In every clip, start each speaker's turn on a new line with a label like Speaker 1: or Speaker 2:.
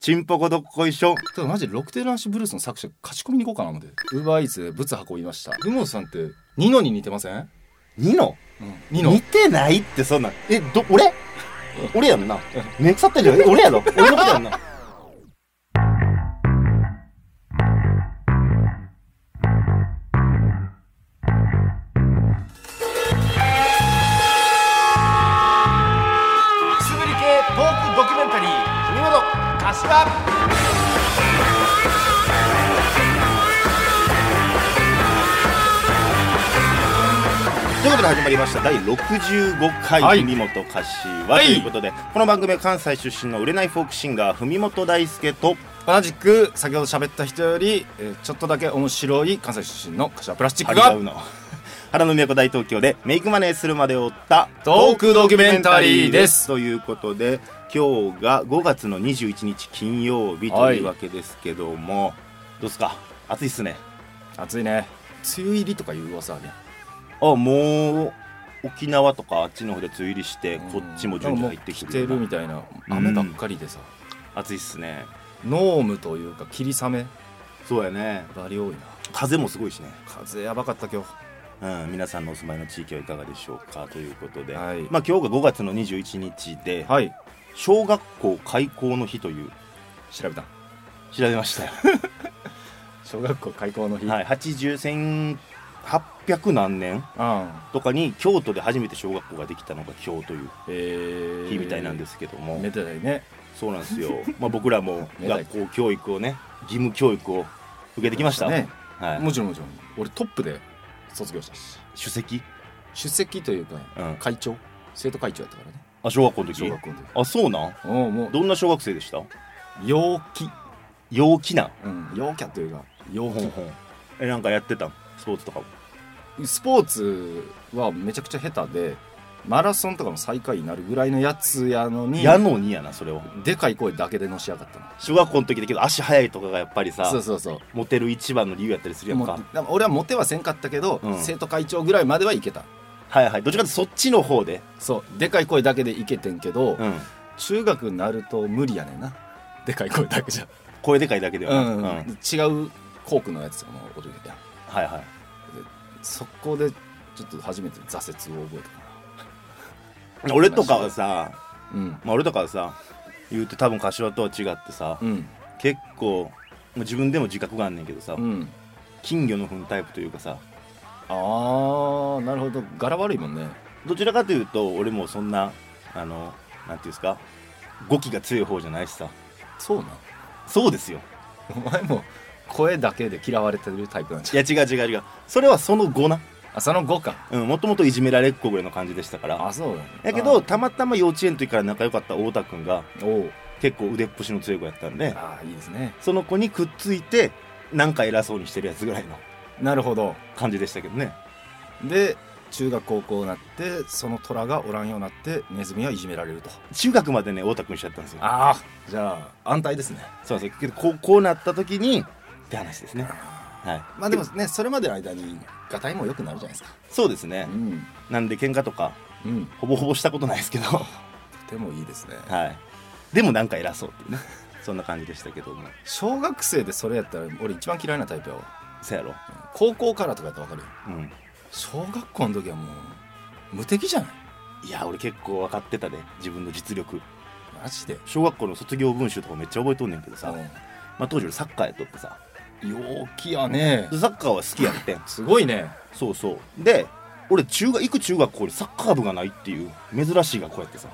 Speaker 1: チンポコどっこいしょ
Speaker 2: ただマジでロクテランシブルースの作者勝ち込みに行こうかな思ってウーバーイーツでブツ運びましたグモさんってニノに似てません、
Speaker 1: ニノ
Speaker 2: うん、ニノ
Speaker 1: 似てないってそんなんえど俺俺やんな目腐ってるよ俺やろ俺のことやんな
Speaker 3: くすぶり系トークドキュメンタリー「君ほど柏」
Speaker 1: ということで始まりました第65
Speaker 2: は
Speaker 1: 回「
Speaker 2: い
Speaker 1: 文元柏」
Speaker 2: はい
Speaker 1: ということで、この番組は関西出身の売れないフォークシンガー文元大輔と
Speaker 2: 同じく先ほど喋った人より、えーちょっとだけ面白い関西出身の柏プラスチッ
Speaker 1: 張
Speaker 2: ク
Speaker 1: り合
Speaker 2: が
Speaker 1: うの 原の都大東京でメイクマネーするまでを追った
Speaker 2: トークドキュメンタリーです
Speaker 1: ということで今日が5月の21日金曜日と
Speaker 2: はい
Speaker 1: いうわけですけども、どうですか暑いっすね
Speaker 2: 暑いね梅雨入りとかいう噂はね
Speaker 1: あもう沖縄とかあっちの方で梅雨入りしてこっちも順
Speaker 2: に
Speaker 1: 次入ってきて
Speaker 2: て
Speaker 1: る
Speaker 2: る
Speaker 1: ような
Speaker 2: みたいな雨ばっかりでさ、
Speaker 1: 暑いっすね
Speaker 2: 濃霧というか霧雨
Speaker 1: そうやね
Speaker 2: バリ多いな
Speaker 1: 風もすごいしね
Speaker 2: 風やばかった今日
Speaker 1: うん、皆さんのお住まいの地域はいかがでしょうかということで、
Speaker 2: はい
Speaker 1: まあ、今日が5月の21日で
Speaker 2: はい
Speaker 1: 小学校開校の日という
Speaker 2: 調べた
Speaker 1: 調べましたよ、
Speaker 2: 小学校開校の日、
Speaker 1: はい、80 1800何年
Speaker 2: あ
Speaker 1: とかに京都で初めて小学校ができたのが今日という
Speaker 2: あえー、
Speaker 1: 日みたいなんですすけども、
Speaker 2: めでたいね
Speaker 1: そうなんですよ、まあ、僕ら も
Speaker 2: めでたい
Speaker 1: 学校教育をね義務教育を受けてきました、
Speaker 2: ね
Speaker 1: はい、
Speaker 2: もちろんもちろん俺トップで卒業したし
Speaker 1: 首席、
Speaker 2: 出席というか
Speaker 1: うん、
Speaker 2: 会長生徒会長やったからね
Speaker 1: あ小学校の
Speaker 2: 小
Speaker 1: 時
Speaker 2: 学校の時
Speaker 1: あそうなん
Speaker 2: おうもう
Speaker 1: どんな小学生でした
Speaker 2: 陽気
Speaker 1: 陽気なん
Speaker 2: うん陽キャというか陽
Speaker 1: ほん
Speaker 2: 気
Speaker 1: ほんえなんかやってたんスポーツとかも
Speaker 2: スポーツはめちゃくちゃ下手でマラソンとかも最下位になるぐらいのやつやのに
Speaker 1: やのにやなそれを
Speaker 2: でかい声だけでのしやがったの
Speaker 1: 小学校の時だけど足速いとかがやっぱりさ
Speaker 2: そうそうそう
Speaker 1: モテる一番の理由やったりする
Speaker 2: で
Speaker 1: やん
Speaker 2: も
Speaker 1: か
Speaker 2: でも俺はモテはせんかったけど、
Speaker 1: うん
Speaker 2: 生徒会長ぐらいまではいけた
Speaker 1: はいはいどっちかってそっちの方で
Speaker 2: そうでかい声だけでいけてんけど、
Speaker 1: うん
Speaker 2: 中学になると無理やねんなでかい声だけじゃ、
Speaker 1: 声でかいだけでは
Speaker 2: う
Speaker 1: なく
Speaker 2: ん
Speaker 1: うん
Speaker 2: 違う校区のやつとかも俺やった
Speaker 1: はいはい
Speaker 2: そこでちょっと初めて挫折を覚えた か
Speaker 1: 俺とかはさ、
Speaker 2: なうん
Speaker 1: まあ、俺とかはさ言うて多分柏とは違ってさ、
Speaker 2: うん
Speaker 1: 結構、まあ自分でも自覚があんねんけどさ、
Speaker 2: うん
Speaker 1: 金魚の糞タイプというかさ
Speaker 2: ああなるほど柄悪いもんね
Speaker 1: どちらかというと俺もそんなあのなんていうんですか語気が強い方じゃないしさ
Speaker 2: そうなん
Speaker 1: そうですよ
Speaker 2: お前も声だけで嫌われてるタイプなんじ
Speaker 1: いや違う違う違うそれはその後な
Speaker 2: ゃんあその5か
Speaker 1: うんもともといじめられっ子ぐらいの感じでしたから
Speaker 2: あそうだね
Speaker 1: やけどたまたま幼稚園の時から仲良かった太田君が
Speaker 2: おおう
Speaker 1: 結構腕っぷしの強い子やったんで
Speaker 2: ああいいですね
Speaker 1: その子にくっついてなんか偉そうにしてるやつぐらいの
Speaker 2: なるほど
Speaker 1: 感じでしたけどね
Speaker 2: で中学高校になってその虎がおらんようになってネズミはいじめられると
Speaker 1: 中学までね太田君しちゃったんですよ
Speaker 2: ああじゃあ安泰ですね
Speaker 1: そうなんですよけどこうこうなった時にって話ですねはい
Speaker 2: まあでもねそれまでの間にがたいも良くなるじゃないですか
Speaker 1: そうですね
Speaker 2: ん
Speaker 1: なんで喧嘩とか
Speaker 2: うん
Speaker 1: ほぼほぼしたことないです けどは
Speaker 2: とてもいいですね
Speaker 1: いでもなんか偉そうっていうねそんな感じでしたけども
Speaker 2: 小学生でそれやったら俺一番嫌いなタイプやわ
Speaker 1: そやろ
Speaker 2: 高校からとかやったら分かるよ
Speaker 1: うん
Speaker 2: 小学校の時はもう無敵じゃない
Speaker 1: いや俺結構分かってたで自分の実力
Speaker 2: マジで
Speaker 1: 小学校の卒業文集とかめっちゃ覚えとんねんけどさ、まあ、当時俺サッカーやっとってさ
Speaker 2: 陽気やね
Speaker 1: サッカーは好きやってん
Speaker 2: すごいね
Speaker 1: そうそうで俺中学行く中学校にサッカー部がないっていう珍しいがこうやってさ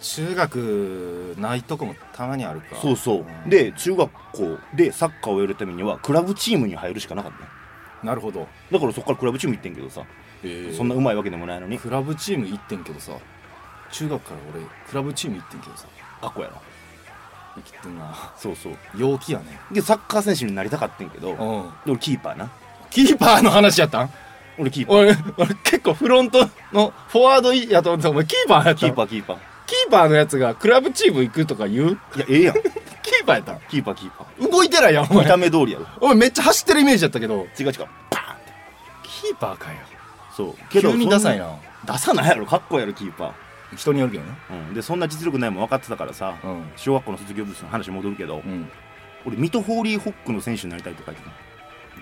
Speaker 2: 中学ないとこもたまにあるか
Speaker 1: そうそうんで中学校でサッカーをやるためにはクラブチームに入るしかなかったね
Speaker 2: なるほど、
Speaker 1: だからそっからクラブチーム行ってんけどさそんなうまいわけでもないのに
Speaker 2: クラブチーム行ってんけどさ中学から俺クラブチーム行ってんけどさ
Speaker 1: かっこやろ
Speaker 2: 生きてんな
Speaker 1: そうそう
Speaker 2: 陽気やね
Speaker 1: でサッカー選手になりたかったんけどで
Speaker 2: ん
Speaker 1: 俺キーパーな
Speaker 2: キーパーの話やったん
Speaker 1: 俺キーパー
Speaker 2: 俺俺結構フロントのフォワードやと思ってたお前キーパーやった
Speaker 1: キ
Speaker 2: ん
Speaker 1: ーパーキーパー
Speaker 2: キーパーのやつがクラブチーム行くとか言う
Speaker 1: いやええやん
Speaker 2: キーパーやったん
Speaker 1: キーパーキーパ
Speaker 2: 動いてないやんお
Speaker 1: ー見た
Speaker 2: 前
Speaker 1: 目通りやろ
Speaker 2: お前めっちゃ走ってるイメージやったけど
Speaker 1: 違う違うパーンって
Speaker 2: キーパーかよ
Speaker 1: そう
Speaker 2: 急にダサい
Speaker 1: な
Speaker 2: な
Speaker 1: ダサないやろかっこやろキーパー
Speaker 2: 人によるけどね
Speaker 1: うん、でそんな実力ないもん分かってたからさ、
Speaker 2: うん
Speaker 1: 小学校の卒業物の話戻るけど、
Speaker 2: うん
Speaker 1: 俺ミト・ホーリー・ホックの選手になりたいって書いてた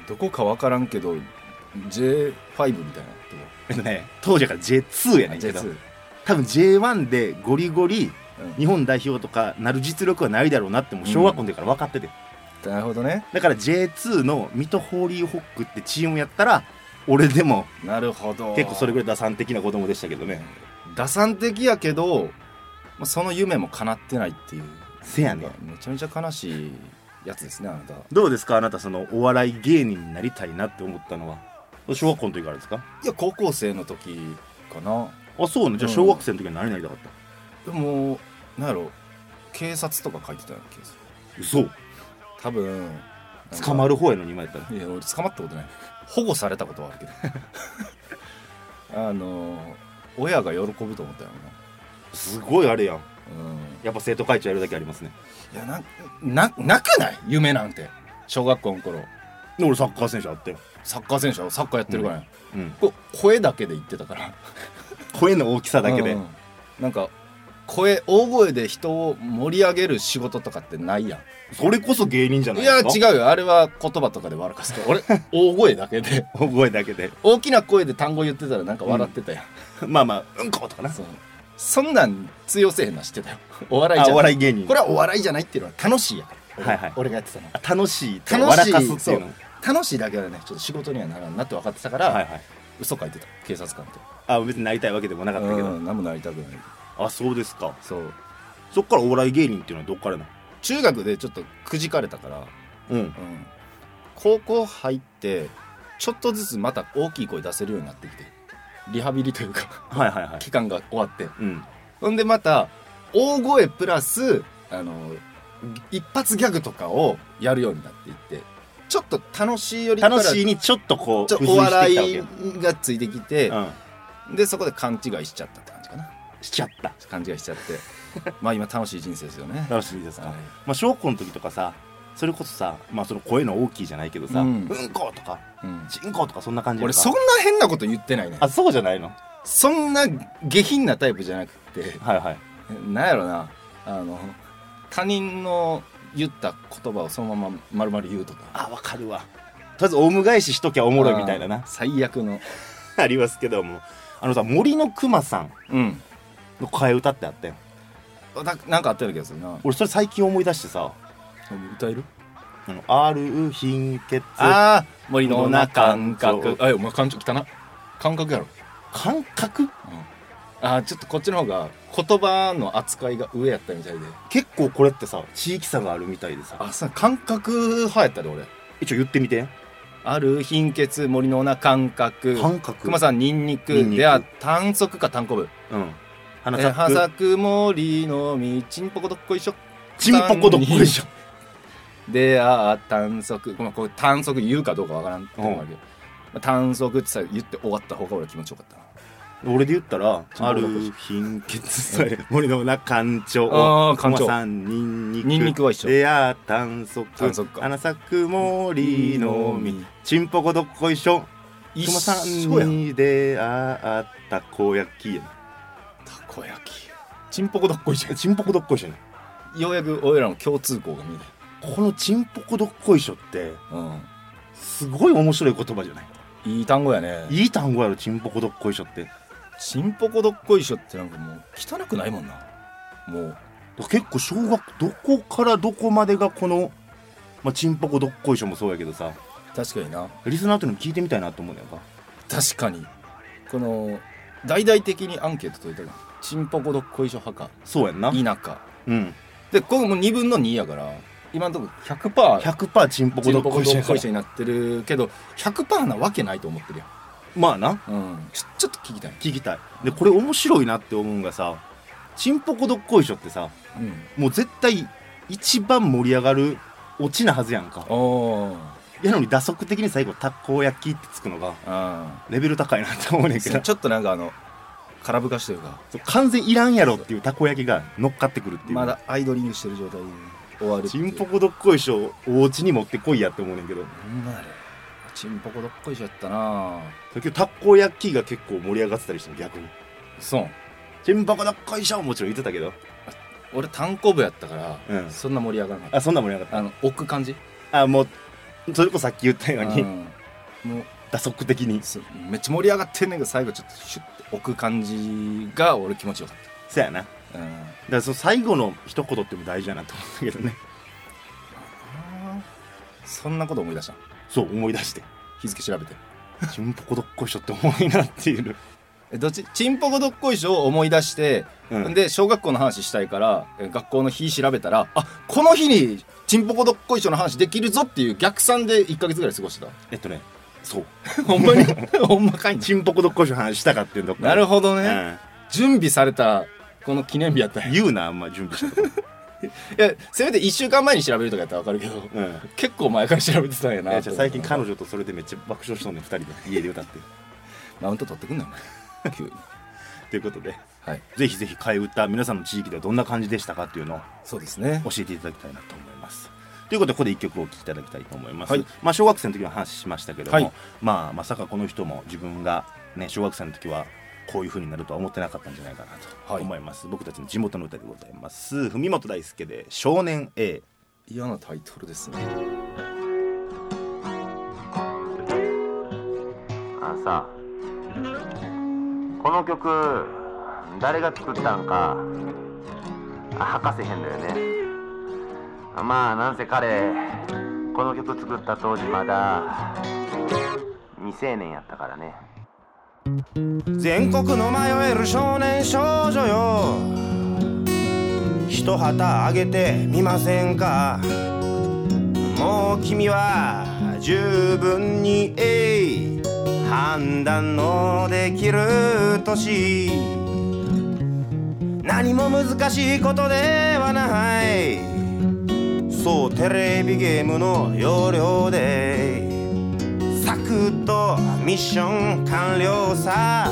Speaker 2: どこかわからんけど J5 みたいなとこ
Speaker 1: えっとね当時から J2 やねんけど
Speaker 2: J2
Speaker 1: 多分 J1 でゴリゴリ
Speaker 2: うん
Speaker 1: 日本代表とかなる実力はないだろうなってもう小学校の時から分かってて、
Speaker 2: なるほどね
Speaker 1: だから J2 のミト・ホーリー・ホックってチームやったら俺でも
Speaker 2: なるほど
Speaker 1: 結構それぐらい打算的な子供でしたけどね
Speaker 2: 打算的やけど、まあ、その夢も叶ってないっていう
Speaker 1: せやねん
Speaker 2: めちゃめちゃ悲しいやつですねあなたい
Speaker 1: どうですかあなたそのお笑い芸人になりたいなって思ったのは小学校の時からですか
Speaker 2: や高校生の時かな
Speaker 1: あそうねじゃあ小学生の時は何になりたかった、
Speaker 2: でもなんやろ警察とか書いてたような気がする
Speaker 1: 嘘
Speaker 2: 多分
Speaker 1: 捕ま
Speaker 2: る
Speaker 1: る方やのに今やったら
Speaker 2: いや俺捕まったことない保護されたことはあるけど あの親が喜ぶと思ったよ
Speaker 1: すごいあれやん
Speaker 2: なうん
Speaker 1: やっぱ生徒会長やるだけありますね
Speaker 2: いやなななくない夢なんて小学校の頃
Speaker 1: で俺サッカー選手あったよ
Speaker 2: サッカー選手はサッカーやってるから、ね
Speaker 1: うん
Speaker 2: こ声だけで言ってたから
Speaker 1: 声の大きさだけで、
Speaker 2: うんなんか声大声で人を盛り上げる仕事とかってないや
Speaker 1: それこそ芸人じゃ
Speaker 2: ん
Speaker 1: ない
Speaker 2: い
Speaker 1: で
Speaker 2: や
Speaker 1: すか
Speaker 2: 違うよあれは言葉とかで笑かすけど 俺大声だけで
Speaker 1: う声だけで
Speaker 2: 大きな声で単語言ってたらなんか笑ってたやん、
Speaker 1: まあまあうんことかな
Speaker 2: そうそんなん通用せえへんのは知ってたよ お笑い
Speaker 1: あ
Speaker 2: じ
Speaker 1: お
Speaker 2: ゃな
Speaker 1: 笑
Speaker 2: い
Speaker 1: い芸人
Speaker 2: これはお笑いじゃないっていうのは楽しいやから
Speaker 1: はいはい
Speaker 2: 俺がやってた の
Speaker 1: あ楽しいと
Speaker 2: 楽し
Speaker 1: 笑
Speaker 2: い
Speaker 1: かすっていうの
Speaker 2: そ楽しいだけはねちょっと仕事にはならんなって分かってたから、
Speaker 1: はいはい
Speaker 2: 嘘書いてた警察官って
Speaker 1: あ別になりたいわけでもなかったけど、
Speaker 2: うん何もなりたくない
Speaker 1: あそうですか
Speaker 2: そう
Speaker 1: そっからお笑い芸人っていうのはどっからな
Speaker 2: 中学でちょっとくじかれたから
Speaker 1: うん
Speaker 2: うん高校入ってちょっとずつまた大きい声出せるようになってきてリハビリというか
Speaker 1: はいはいはい
Speaker 2: 期間が終わって
Speaker 1: うん
Speaker 2: ほんでまた大声プラスあの一発ギャグとかをやるようになっていってちょっと楽しいよりから
Speaker 1: 楽しいにちょっとこ
Speaker 2: ち
Speaker 1: う
Speaker 2: ょっとお笑
Speaker 1: 付随して
Speaker 2: い
Speaker 1: き
Speaker 2: がついてきて
Speaker 1: たわけ、うん、
Speaker 2: でそこで勘違いしちゃったって感じかな
Speaker 1: しちゃった
Speaker 2: 勘違いしちゃって まあ今楽しい人生ですよね
Speaker 1: 楽しみですか、
Speaker 2: はい
Speaker 1: まあ、小学校の時とかさそれこそさ、まあ、その声の大きいじゃないけどさ「う
Speaker 2: うんん、
Speaker 1: こ」とか
Speaker 2: う
Speaker 1: 「
Speaker 2: ん
Speaker 1: ちんこ」とかそんな感じで
Speaker 2: 俺そんな変なこと言ってないね
Speaker 1: あそうじゃないの
Speaker 2: そんな下品なタイプじゃなくて
Speaker 1: はいはい
Speaker 2: なんやろなあの他人の言った言葉をそのまま丸々言うとか
Speaker 1: あわかるわとりあえずオウム返ししときゃお
Speaker 2: お
Speaker 1: もろいみたいなな
Speaker 2: 最悪の
Speaker 1: ありますけどもあのさ森のくまさん
Speaker 2: うん
Speaker 1: の替え歌ってあったよ
Speaker 2: ななんかあったような気がするな
Speaker 1: 俺それ最近思い出してさ
Speaker 2: 歌える
Speaker 1: 「あのある貧血
Speaker 2: ああ森の中
Speaker 1: 感
Speaker 2: 感
Speaker 1: 覚
Speaker 2: 覚あいやお前感覚汚な感覚やろ、
Speaker 1: 感覚
Speaker 2: ああちょっとこっちの方が言葉の扱いが上やったみたいで」
Speaker 1: 結構これってさ地域差があるみたいでさ
Speaker 2: あそう感覚派やったで俺
Speaker 1: 一応言ってみて
Speaker 2: ある貧血森の中感覚
Speaker 1: 感覚
Speaker 2: 熊さんニンニク
Speaker 1: ニンニク
Speaker 2: では短足か単行部
Speaker 1: うん
Speaker 2: え
Speaker 1: 花
Speaker 2: ー
Speaker 1: 咲
Speaker 2: は
Speaker 1: く
Speaker 2: さく森の道ちんぽこどっこいしょ
Speaker 1: ちんぽこどっこいしょ
Speaker 2: でああ短足まあこれ短足言うかどうかわからんって思うけど、まあ、短足ってさ言って終わった方が俺は気持ちよかったな
Speaker 1: 俺で言ったら
Speaker 2: ちんぽ
Speaker 1: あ
Speaker 2: こどっこいしょ
Speaker 1: る貧血森の中干潮
Speaker 2: あー干潮
Speaker 1: 熊さんニンニク
Speaker 2: ニンニクは一緒
Speaker 1: エア短足
Speaker 2: 短足か
Speaker 1: 花咲く森の実ちんぽこどっこいしょ
Speaker 2: 一
Speaker 1: 熊さ
Speaker 2: 緒や
Speaker 1: ん
Speaker 2: ん
Speaker 1: に出会ったこ焼きや
Speaker 2: たこ焼きちんぽこどっこいし
Speaker 1: なちんぽこどっこいしょね
Speaker 2: ょようやく俺らの共通項が見えた
Speaker 1: このちんぽこどっこいしょって
Speaker 2: う
Speaker 1: すごい面白い言葉じゃない
Speaker 2: んいい単語やね
Speaker 1: いい単語やろちんぽこどっこいしょって
Speaker 2: ちんぽこどっこいしょってなんかもう汚くないもんなもう
Speaker 1: 結構小学どこからどこまでがこの、まあ、ちんぽこどっこいしょもそうやけどさ
Speaker 2: 確かにな
Speaker 1: リスナーというのも聞いてみたいなと思うねんか
Speaker 2: 確かにこの大々的にアンケート取りたらちんぽこどっこいしょ派か
Speaker 1: そうやんな
Speaker 2: 田舎
Speaker 1: うん
Speaker 2: でこれもう2分の2やから今のところ100%
Speaker 1: 100%ちんぽこ
Speaker 2: ち
Speaker 1: ど
Speaker 2: ん
Speaker 1: っ
Speaker 2: ぽ
Speaker 1: こ
Speaker 2: こ
Speaker 1: いしょ
Speaker 2: ど
Speaker 1: や
Speaker 2: っ
Speaker 1: か
Speaker 2: こ
Speaker 1: ら
Speaker 2: いしょになってるけど100%なわけないと思ってるや、
Speaker 1: まあなん
Speaker 2: うん、ちょちょっと聞きたい、
Speaker 1: 聞きたいでこれ面白いなって思うんがさちんぽこどっこいしょってさ
Speaker 2: うん、
Speaker 1: もう絶対一番盛り上がるオチなはずやんか
Speaker 2: おー
Speaker 1: やのに打足的に最後たこ焼きってつくのが
Speaker 2: あ
Speaker 1: レベル高いなって思うねんけ
Speaker 2: ー
Speaker 1: ど
Speaker 2: ちょっとなんかあの空ぶかしというか
Speaker 1: そう完全いらんやろっていうたこ焼きが乗っかってくるっていう
Speaker 2: まだアイドリングしてる状態で終わる
Speaker 1: ちんぽ
Speaker 2: こ
Speaker 1: こどっこいしょお家に持ってこいやって思うねんけど
Speaker 2: んまやでちんぽこどっこいしょやったな
Speaker 1: 結局たこ焼きが結構盛り上がってたりしても逆に
Speaker 2: そう
Speaker 4: チンバカどっこいしょもちろん言ってたけど
Speaker 2: 俺単行部やったから、
Speaker 4: うん
Speaker 2: そんな盛り上がらなか
Speaker 4: あ
Speaker 2: っ
Speaker 4: そんなんもなかった
Speaker 2: あの置く感じ
Speaker 4: たあもうそれこそさっき言ったよう
Speaker 2: う
Speaker 4: に
Speaker 2: んもう
Speaker 4: 打足的に
Speaker 2: すめっちゃ盛り上がってんねんけど最後ちょっとシュッて置く感じが俺気持ちよかっ
Speaker 4: そやなだか
Speaker 2: た、うん、
Speaker 4: らその最後の一言っても大事やなと思ったけどね
Speaker 2: そんなこと思い出した
Speaker 4: そう思い出して
Speaker 2: 日付調べて
Speaker 4: チンポコどっこいしょって重いなっていう、
Speaker 2: えどっちちんぽこどっこいしょを思い出して、
Speaker 4: うん、
Speaker 2: で小学校の話したいからえ学校の日調べたらあこの日にちんぽこどっこいしょの話できるぞっていう逆算で1か月ぐらい過ごして
Speaker 4: えっとねそう
Speaker 2: た ほんまに ほんまかいな
Speaker 4: チンポコどっこいしょの話したかってんどっかで
Speaker 2: なるほど
Speaker 4: う
Speaker 2: ね、
Speaker 4: ん
Speaker 2: 準備されたこの記念日やったんや
Speaker 4: 言うなあんま準備したとこ、
Speaker 2: いやせめて1週間前に調べるとかやったら分かるけど
Speaker 4: うん
Speaker 2: 結構前から調べてたんや
Speaker 4: い
Speaker 2: な
Speaker 4: やじゃあ最近彼
Speaker 2: 女
Speaker 4: 女とそれでめっちゃ爆笑しとんねん2人で家で歌って
Speaker 2: マウント取ってくんなよお前急に
Speaker 4: ということで
Speaker 2: はい
Speaker 4: ぜひぜひ替え歌皆さんの地域ではどんな感じでしたかっていうのを
Speaker 2: そうですね
Speaker 4: 教えていただきたいなと思います。ということでここで1曲お聴きいただきたいと思います。
Speaker 2: はい
Speaker 4: まあ、小学生の時の話しましたけども、
Speaker 2: はい
Speaker 4: まあ、まさかこの人も自分が、ね、小学生の時はこういう風になるとは思ってなかったんじゃないかなと
Speaker 2: はい
Speaker 4: 思います。僕たちの地元の歌でございます。文本大輔で「少年 A
Speaker 2: 嫌なタイトルですね
Speaker 5: あのさこの曲誰が作ったんかあ吐かせへんだよねまあなんせ彼この曲作った当時まだ未成年やったからね」
Speaker 1: 全国の迷える少年少女よ一旗あげてみませんかもう君は十分にえい判断のできる年何も難しいことではないそうテレビゲームの要領でサクッとミッション完了さ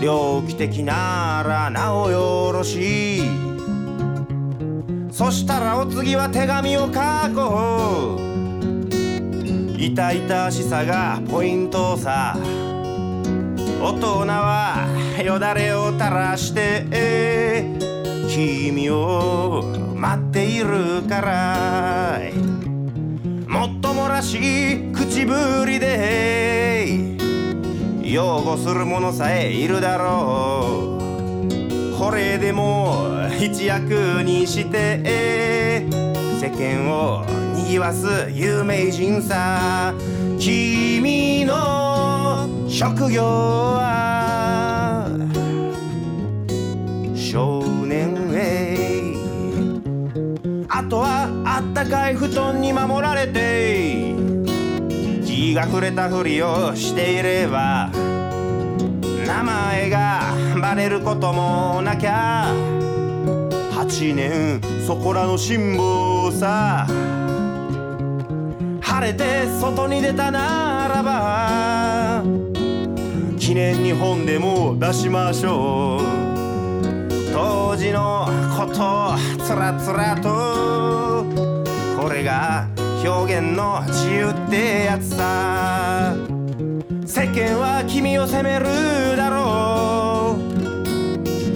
Speaker 1: 猟奇的ならなおよろしいそしたらお次は手紙を書こう痛々しさがポイントさ大人はよだれを垂らして君を待っているからもっともらしい口ぶりで擁護する者さえいるだろうこれでも一躍にして世間を賑わす有名人さ君の職業は少年へあとはあったかい布団に守られて気が触れたふりをしていれば名前がバレることもなきゃ8年そこらの辛抱さ晴れて外に出たならば記念に本でも出しましょう当時のことつらつらとこれが表現の自由ってやつさ世間は君を責めるだろう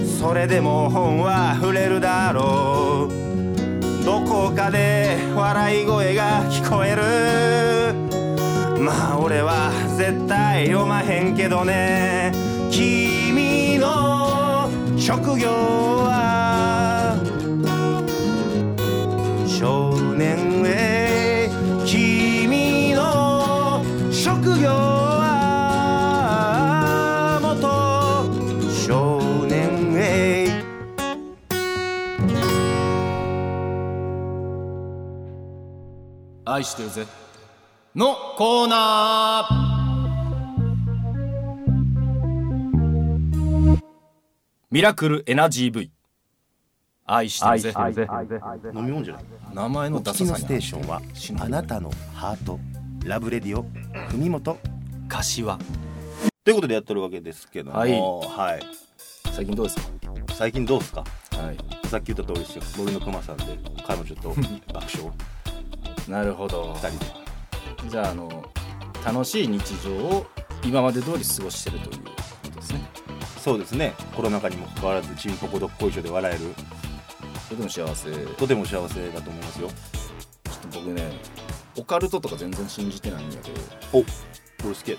Speaker 1: それでも本は触れるだろうどこかで笑い声が聞こえるまあ俺は絶対読まへんけどね君の職業は少年へ君の職業は元少年へ
Speaker 2: 愛してるぜのコーナーミラクルエナジー V 愛してるぜ」
Speaker 4: 飲み物じゃない
Speaker 2: 名前
Speaker 4: お
Speaker 2: のダ
Speaker 4: 聞き
Speaker 2: サ
Speaker 4: の
Speaker 2: さ
Speaker 4: ス
Speaker 2: や
Speaker 4: テーションはあなたのハートラブレディオ文元
Speaker 2: 柏
Speaker 4: ということでやってるわけですけども、はい
Speaker 2: 最近どうです
Speaker 4: 最近どうですか
Speaker 2: かはい
Speaker 4: さっき言った通りですよ森の熊さんで彼女と爆笑
Speaker 2: なるほど
Speaker 4: 2人で
Speaker 2: じゃああの楽しい日常を今まで通り過ごしてるということですね
Speaker 1: そうですねコロナ禍にもかかわらずチンポコどっこいしょで笑える
Speaker 2: とても幸せちょっ
Speaker 1: とても幸せだと思いますよ
Speaker 2: と僕ねオカルトとか全然信じてないんだけど
Speaker 1: 俺好き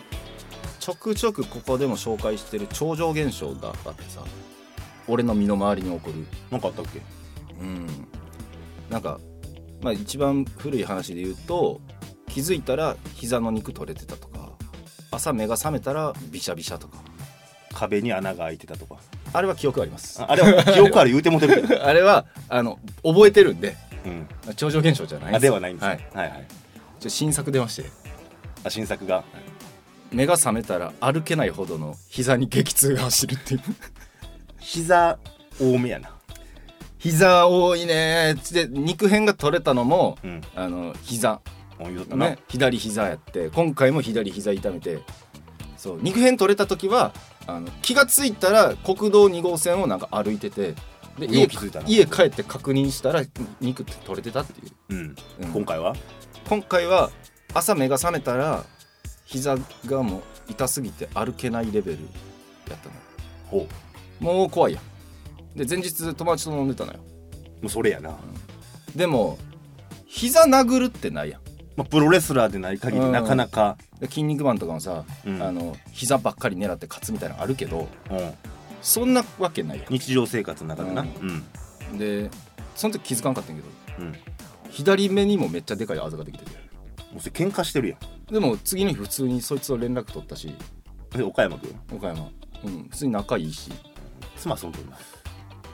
Speaker 2: ちょくちょくここでも紹介してる超常現象があってさ俺の身の回りに起こる
Speaker 1: なんかあったっけ
Speaker 2: うんなんかまあ一番古い話で言うと気づいたら膝の肉取れてたとか朝目が覚めたらビシャビシャとか
Speaker 1: 壁に穴が開いてたとか
Speaker 2: あれは記憶あります
Speaker 1: ああれは記憶ある言うてもてるけ ど、
Speaker 2: あれはあの覚えてるんで
Speaker 1: うん、
Speaker 2: 超常現象じゃない
Speaker 1: あではないんです、
Speaker 2: は
Speaker 1: ね
Speaker 2: い、
Speaker 1: はいはい
Speaker 2: ちょ新作出まして
Speaker 1: あ新作が
Speaker 2: 目が覚めたら歩けないほどの膝に激痛が走るっ ていう
Speaker 1: 膝多めやな
Speaker 2: 膝多いねで肉片が取れたのも
Speaker 1: うん
Speaker 2: あの膝
Speaker 1: もう言うとったな、
Speaker 2: ね左膝やって今回も左膝痛めてそう肉片取れた時はあの気がついたら国道2号線をなんか歩いててで
Speaker 1: よ
Speaker 2: 家
Speaker 1: う気づいたな
Speaker 2: 家帰って確認したら肉って取れてたってい
Speaker 1: う
Speaker 2: う、
Speaker 1: ん、
Speaker 2: うん
Speaker 1: 今回は
Speaker 2: 今回は朝目が覚めたら膝がもう痛すぎて歩けないレベルやったの
Speaker 1: ほ
Speaker 2: もう怖いやんで前日友達と飲んでたのよ
Speaker 1: うもうそれやな、
Speaker 2: でも膝殴るってないやん
Speaker 1: まあ、プロレスラーでない限り
Speaker 2: うん
Speaker 1: なかなか、
Speaker 2: で筋肉マンとかもさ、
Speaker 1: うん
Speaker 2: あの膝ばっかり狙って勝つみたいなのあるけど
Speaker 1: うん、
Speaker 2: そんなわけないや
Speaker 1: 日常生活の中でな
Speaker 2: う
Speaker 1: うんん、
Speaker 2: んでその時気づかんかったんやけ
Speaker 1: う
Speaker 2: ど
Speaker 1: ん
Speaker 2: 左目にもめっちゃでかいあざができてて
Speaker 1: もうそれ喧嘩してるや
Speaker 2: でも次の日普通にそいつと連絡取ったし
Speaker 1: んで岡山君
Speaker 2: 岡山、うん、普通に仲いいし
Speaker 1: 妻そんどんな、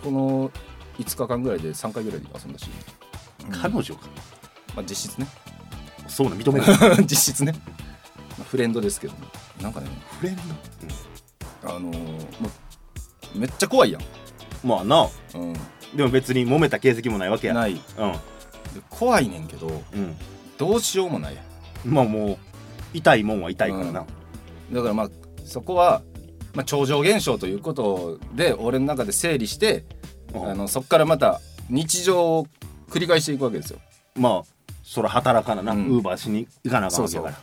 Speaker 2: この5日間ぐらいで3回ぐらいで遊んだし、
Speaker 1: 彼女か
Speaker 2: まあ、実質ね
Speaker 1: そうな認める
Speaker 2: 実質ね、まあ、フレンドですけどねなんかね
Speaker 1: フレンド、
Speaker 2: あのーもうめっちゃ怖いやん、
Speaker 1: うん、まあな
Speaker 2: うん、
Speaker 1: でも別に揉めた形跡もないわけや
Speaker 2: ない
Speaker 1: うん
Speaker 2: で怖いねんけど
Speaker 1: うん
Speaker 2: どうしようもないやん
Speaker 1: まあもう痛いもんは痛いからな、
Speaker 2: だからまあそこは、まあ、超常現象ということで俺の中で整理して、
Speaker 1: うん
Speaker 2: あのそこからまた日常を繰り返していくわけですよ
Speaker 1: まあそら働かなな
Speaker 2: うん
Speaker 1: ウーバーしに行かなあかんわけやから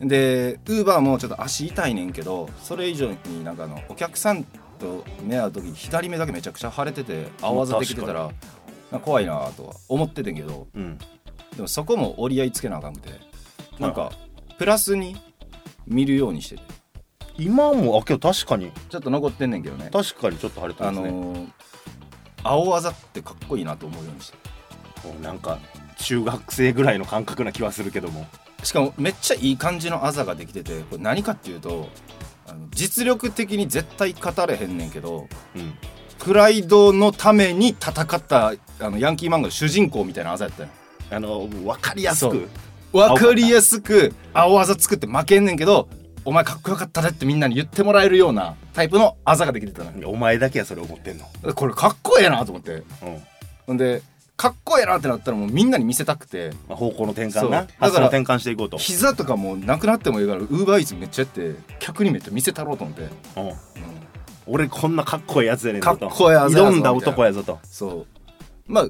Speaker 1: うん
Speaker 2: でウーバーもちょっと足痛いねんけどそれ以上になんかあのお客さんと目合う時に左目だけめちゃくちゃ腫れてて青あざできてた
Speaker 1: ま
Speaker 2: ら、
Speaker 1: あ
Speaker 2: なんか怖いなとは思っててんけど
Speaker 1: うん
Speaker 2: でもそこも折り合いつけなあかんくてなんかプラスに見るようにしてて
Speaker 1: 今もあけど確かに
Speaker 2: ちょっと残ってんねんけどね
Speaker 1: 確かにちょっと晴れて
Speaker 2: あ
Speaker 1: ますね、
Speaker 2: のー青あざってかっこいいなと思うようにして
Speaker 1: もうなんか中学生ぐらいの感覚な気はするけども
Speaker 2: しかもめっちゃいい感じのあざができててこれ何かっていうとあの実力的に絶対勝たれへんねんけど
Speaker 1: うん
Speaker 2: プライドのために戦ったあのヤンキー漫画の主人公みたいなあざやったよ
Speaker 1: あの分かりやす
Speaker 2: そ
Speaker 1: く
Speaker 2: わかりやすく青あざ作って負けんねんけどお前かっこよかったねってみんなに言ってもらえるようなタイプのあざができてたのよ
Speaker 1: お前だけやそれ思ってんの、
Speaker 2: これかっこええなと思って
Speaker 1: うん
Speaker 2: ほんでかっこええなってなったらもうみんなに見せたくて
Speaker 1: まあ、方向の転換な
Speaker 2: そう
Speaker 1: 発想の
Speaker 2: だから
Speaker 1: 転換していこうと、
Speaker 2: 膝とかもうなくなってもいいからウーバーイーツめっちゃやって客にめっちゃ見せたろうと思って、うん
Speaker 1: うん、俺こんなかっこいいやつやねんぞと
Speaker 2: かっこいいやつやぞ
Speaker 1: 挑んだ男やぞと
Speaker 2: そうまあ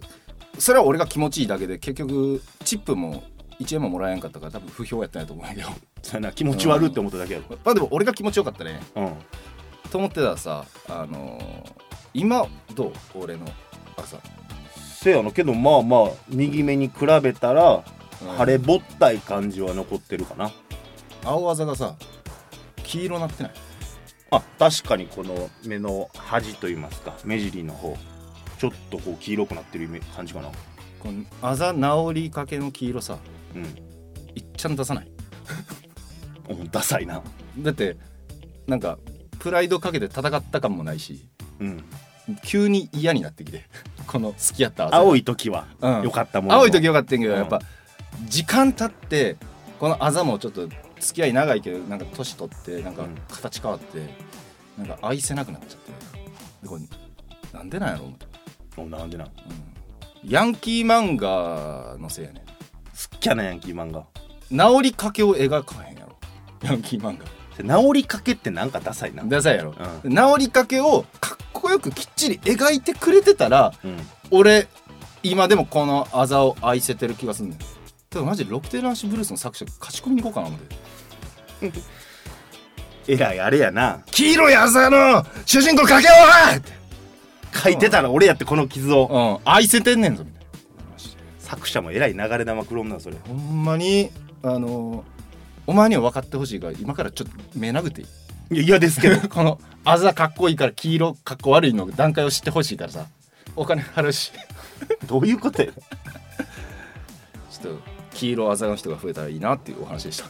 Speaker 2: それは俺が気持ちいいだけで結局チップも1円ももらえんかったから多分不評やったんやと思うんやけど
Speaker 1: それな気持ち悪いって思っただけやろ
Speaker 2: まあでも俺が気持ちよかったね
Speaker 1: うん、
Speaker 2: と思ってたらさあのー今どう俺の朝、
Speaker 1: せやのけどまあまあ右目に比べたら
Speaker 2: うん
Speaker 1: 腫れぼったい感じは残ってるかな
Speaker 2: 青あざがさ黄色なってない
Speaker 1: あ確かにこの目の端といいますか目尻の方ちょっとこう黄色くなってるイメ感じかな
Speaker 2: このあざ治りかけの黄色さ
Speaker 1: うん
Speaker 2: いっちゃん出さない
Speaker 1: うんダサいな
Speaker 2: だってなんかプライドかけて戦った感もないし
Speaker 1: うん
Speaker 2: 急に嫌になってき てこの好きやった
Speaker 1: 青
Speaker 2: い
Speaker 1: い時は
Speaker 2: うん
Speaker 1: 良かったものの
Speaker 2: 青い時よかったんやけど、
Speaker 1: うん
Speaker 2: やっぱ時間経ってこのあざもちょっと付き合い長いけどなんか年取ってなんか
Speaker 1: うん
Speaker 2: 形変わって、なんか愛せなくなっちゃってでこれなんでなんやろう思って、
Speaker 1: うんなんでなん
Speaker 2: うん、ヤンキー漫画のせいやね
Speaker 1: すっきゃなヤンキー漫画
Speaker 2: ん治りかけを描かへんやろヤンキー漫画
Speaker 1: で治りかけってなんかダサいな
Speaker 2: ダサいやろ、
Speaker 1: う
Speaker 2: 治りかけをかっこよくきっちり描いてくれてたら
Speaker 1: うん
Speaker 2: 俺今でもこのあざを愛せてる気がすんねんただマジ「ロクテランシブルース」の作者書き込みに行こうかな思って
Speaker 1: えらいあれやな
Speaker 2: 黄色い朝の主人公かけおって
Speaker 1: 書いてたら俺やってこの傷を
Speaker 2: うん愛せてんねんぞみたいな
Speaker 1: 作者もえらい流れ玉くろむなそれ
Speaker 2: ほんまにあのお前には分かってほしいから今からちょっと目殴っていい
Speaker 1: いや嫌ですけど
Speaker 2: このあざかっこいいから黄色かっこ悪いの段階を知ってほしいからさお金払うし
Speaker 1: どういうことや
Speaker 2: ちょっと黄色あざの人が増えたらいいなっていうお話でした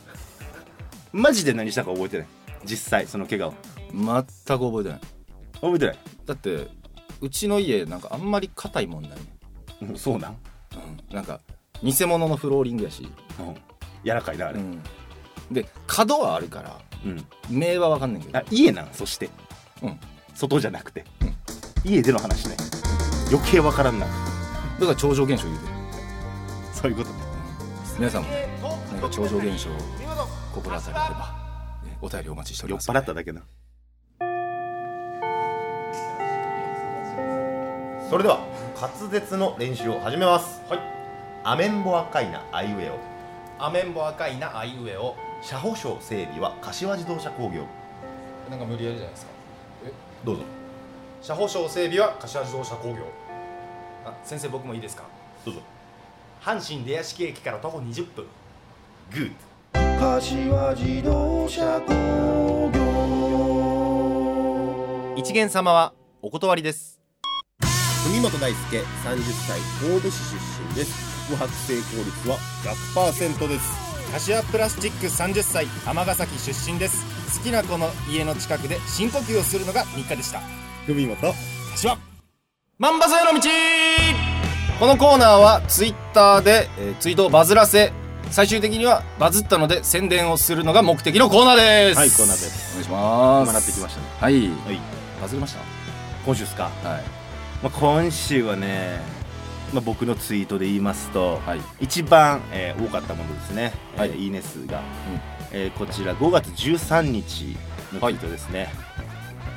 Speaker 1: マジで何したか覚えてない実際その怪我を
Speaker 2: 全く覚えてない
Speaker 1: 覚えてない
Speaker 2: だってうちの家なんかあんまり硬いもんない、
Speaker 1: うんそうなん、
Speaker 2: うん、なんか偽物のフローリングやし、
Speaker 1: うん、柔らかいなあ
Speaker 2: う
Speaker 1: れ、
Speaker 2: ん、で角はあるから
Speaker 1: うん、
Speaker 2: 名は分かんないけど
Speaker 1: あ家なんそして
Speaker 2: うん
Speaker 1: 外じゃなくて、家での話ね余計わからんな
Speaker 2: だから超常現象言うてる
Speaker 1: そういうことね
Speaker 2: 皆さんもねなんか超常現象を心当たりあればねお便りお待ちしており
Speaker 1: 酔っ
Speaker 2: ます
Speaker 1: 払っただけな
Speaker 6: それでは滑舌の練習を始めますはいアメンボ赤いなアイウェオ
Speaker 7: アメンボ赤いなあいうえを
Speaker 6: 車保証整備は柏自動車工業
Speaker 7: なんか無理やりじゃないですか
Speaker 6: どうぞ
Speaker 7: 車保証整備は柏自動車工業あ先生僕もいいですか
Speaker 6: どうぞ
Speaker 7: 阪神出屋敷駅から徒歩20分
Speaker 6: グッ
Speaker 7: 一元様はお断りです
Speaker 8: 文本大輔30歳神戸市出身です宿泊成功率は100%です
Speaker 9: 柏プラスチック30歳尼崎出身です好きな子の家の近くで深呼吸をするのが日課でした
Speaker 8: 文本
Speaker 9: 柏
Speaker 7: 万馬への道このコーナーはツイッターで、えーツイートをバズらせ最終的にはバズったので宣伝をするのが目的のコーナーです
Speaker 1: はいコーナーです
Speaker 2: お願いします
Speaker 1: 今なってきましたね
Speaker 2: はい、
Speaker 1: はい
Speaker 2: バズりまし
Speaker 1: 今週ですか、
Speaker 2: たはい
Speaker 1: まあ、今週はね、まあ、僕のツイートで言いますと、
Speaker 2: はい
Speaker 1: 一番、えー多かったものですね、
Speaker 2: はい
Speaker 1: いえーいいね数が、えーこちら5月13日のツイートですね、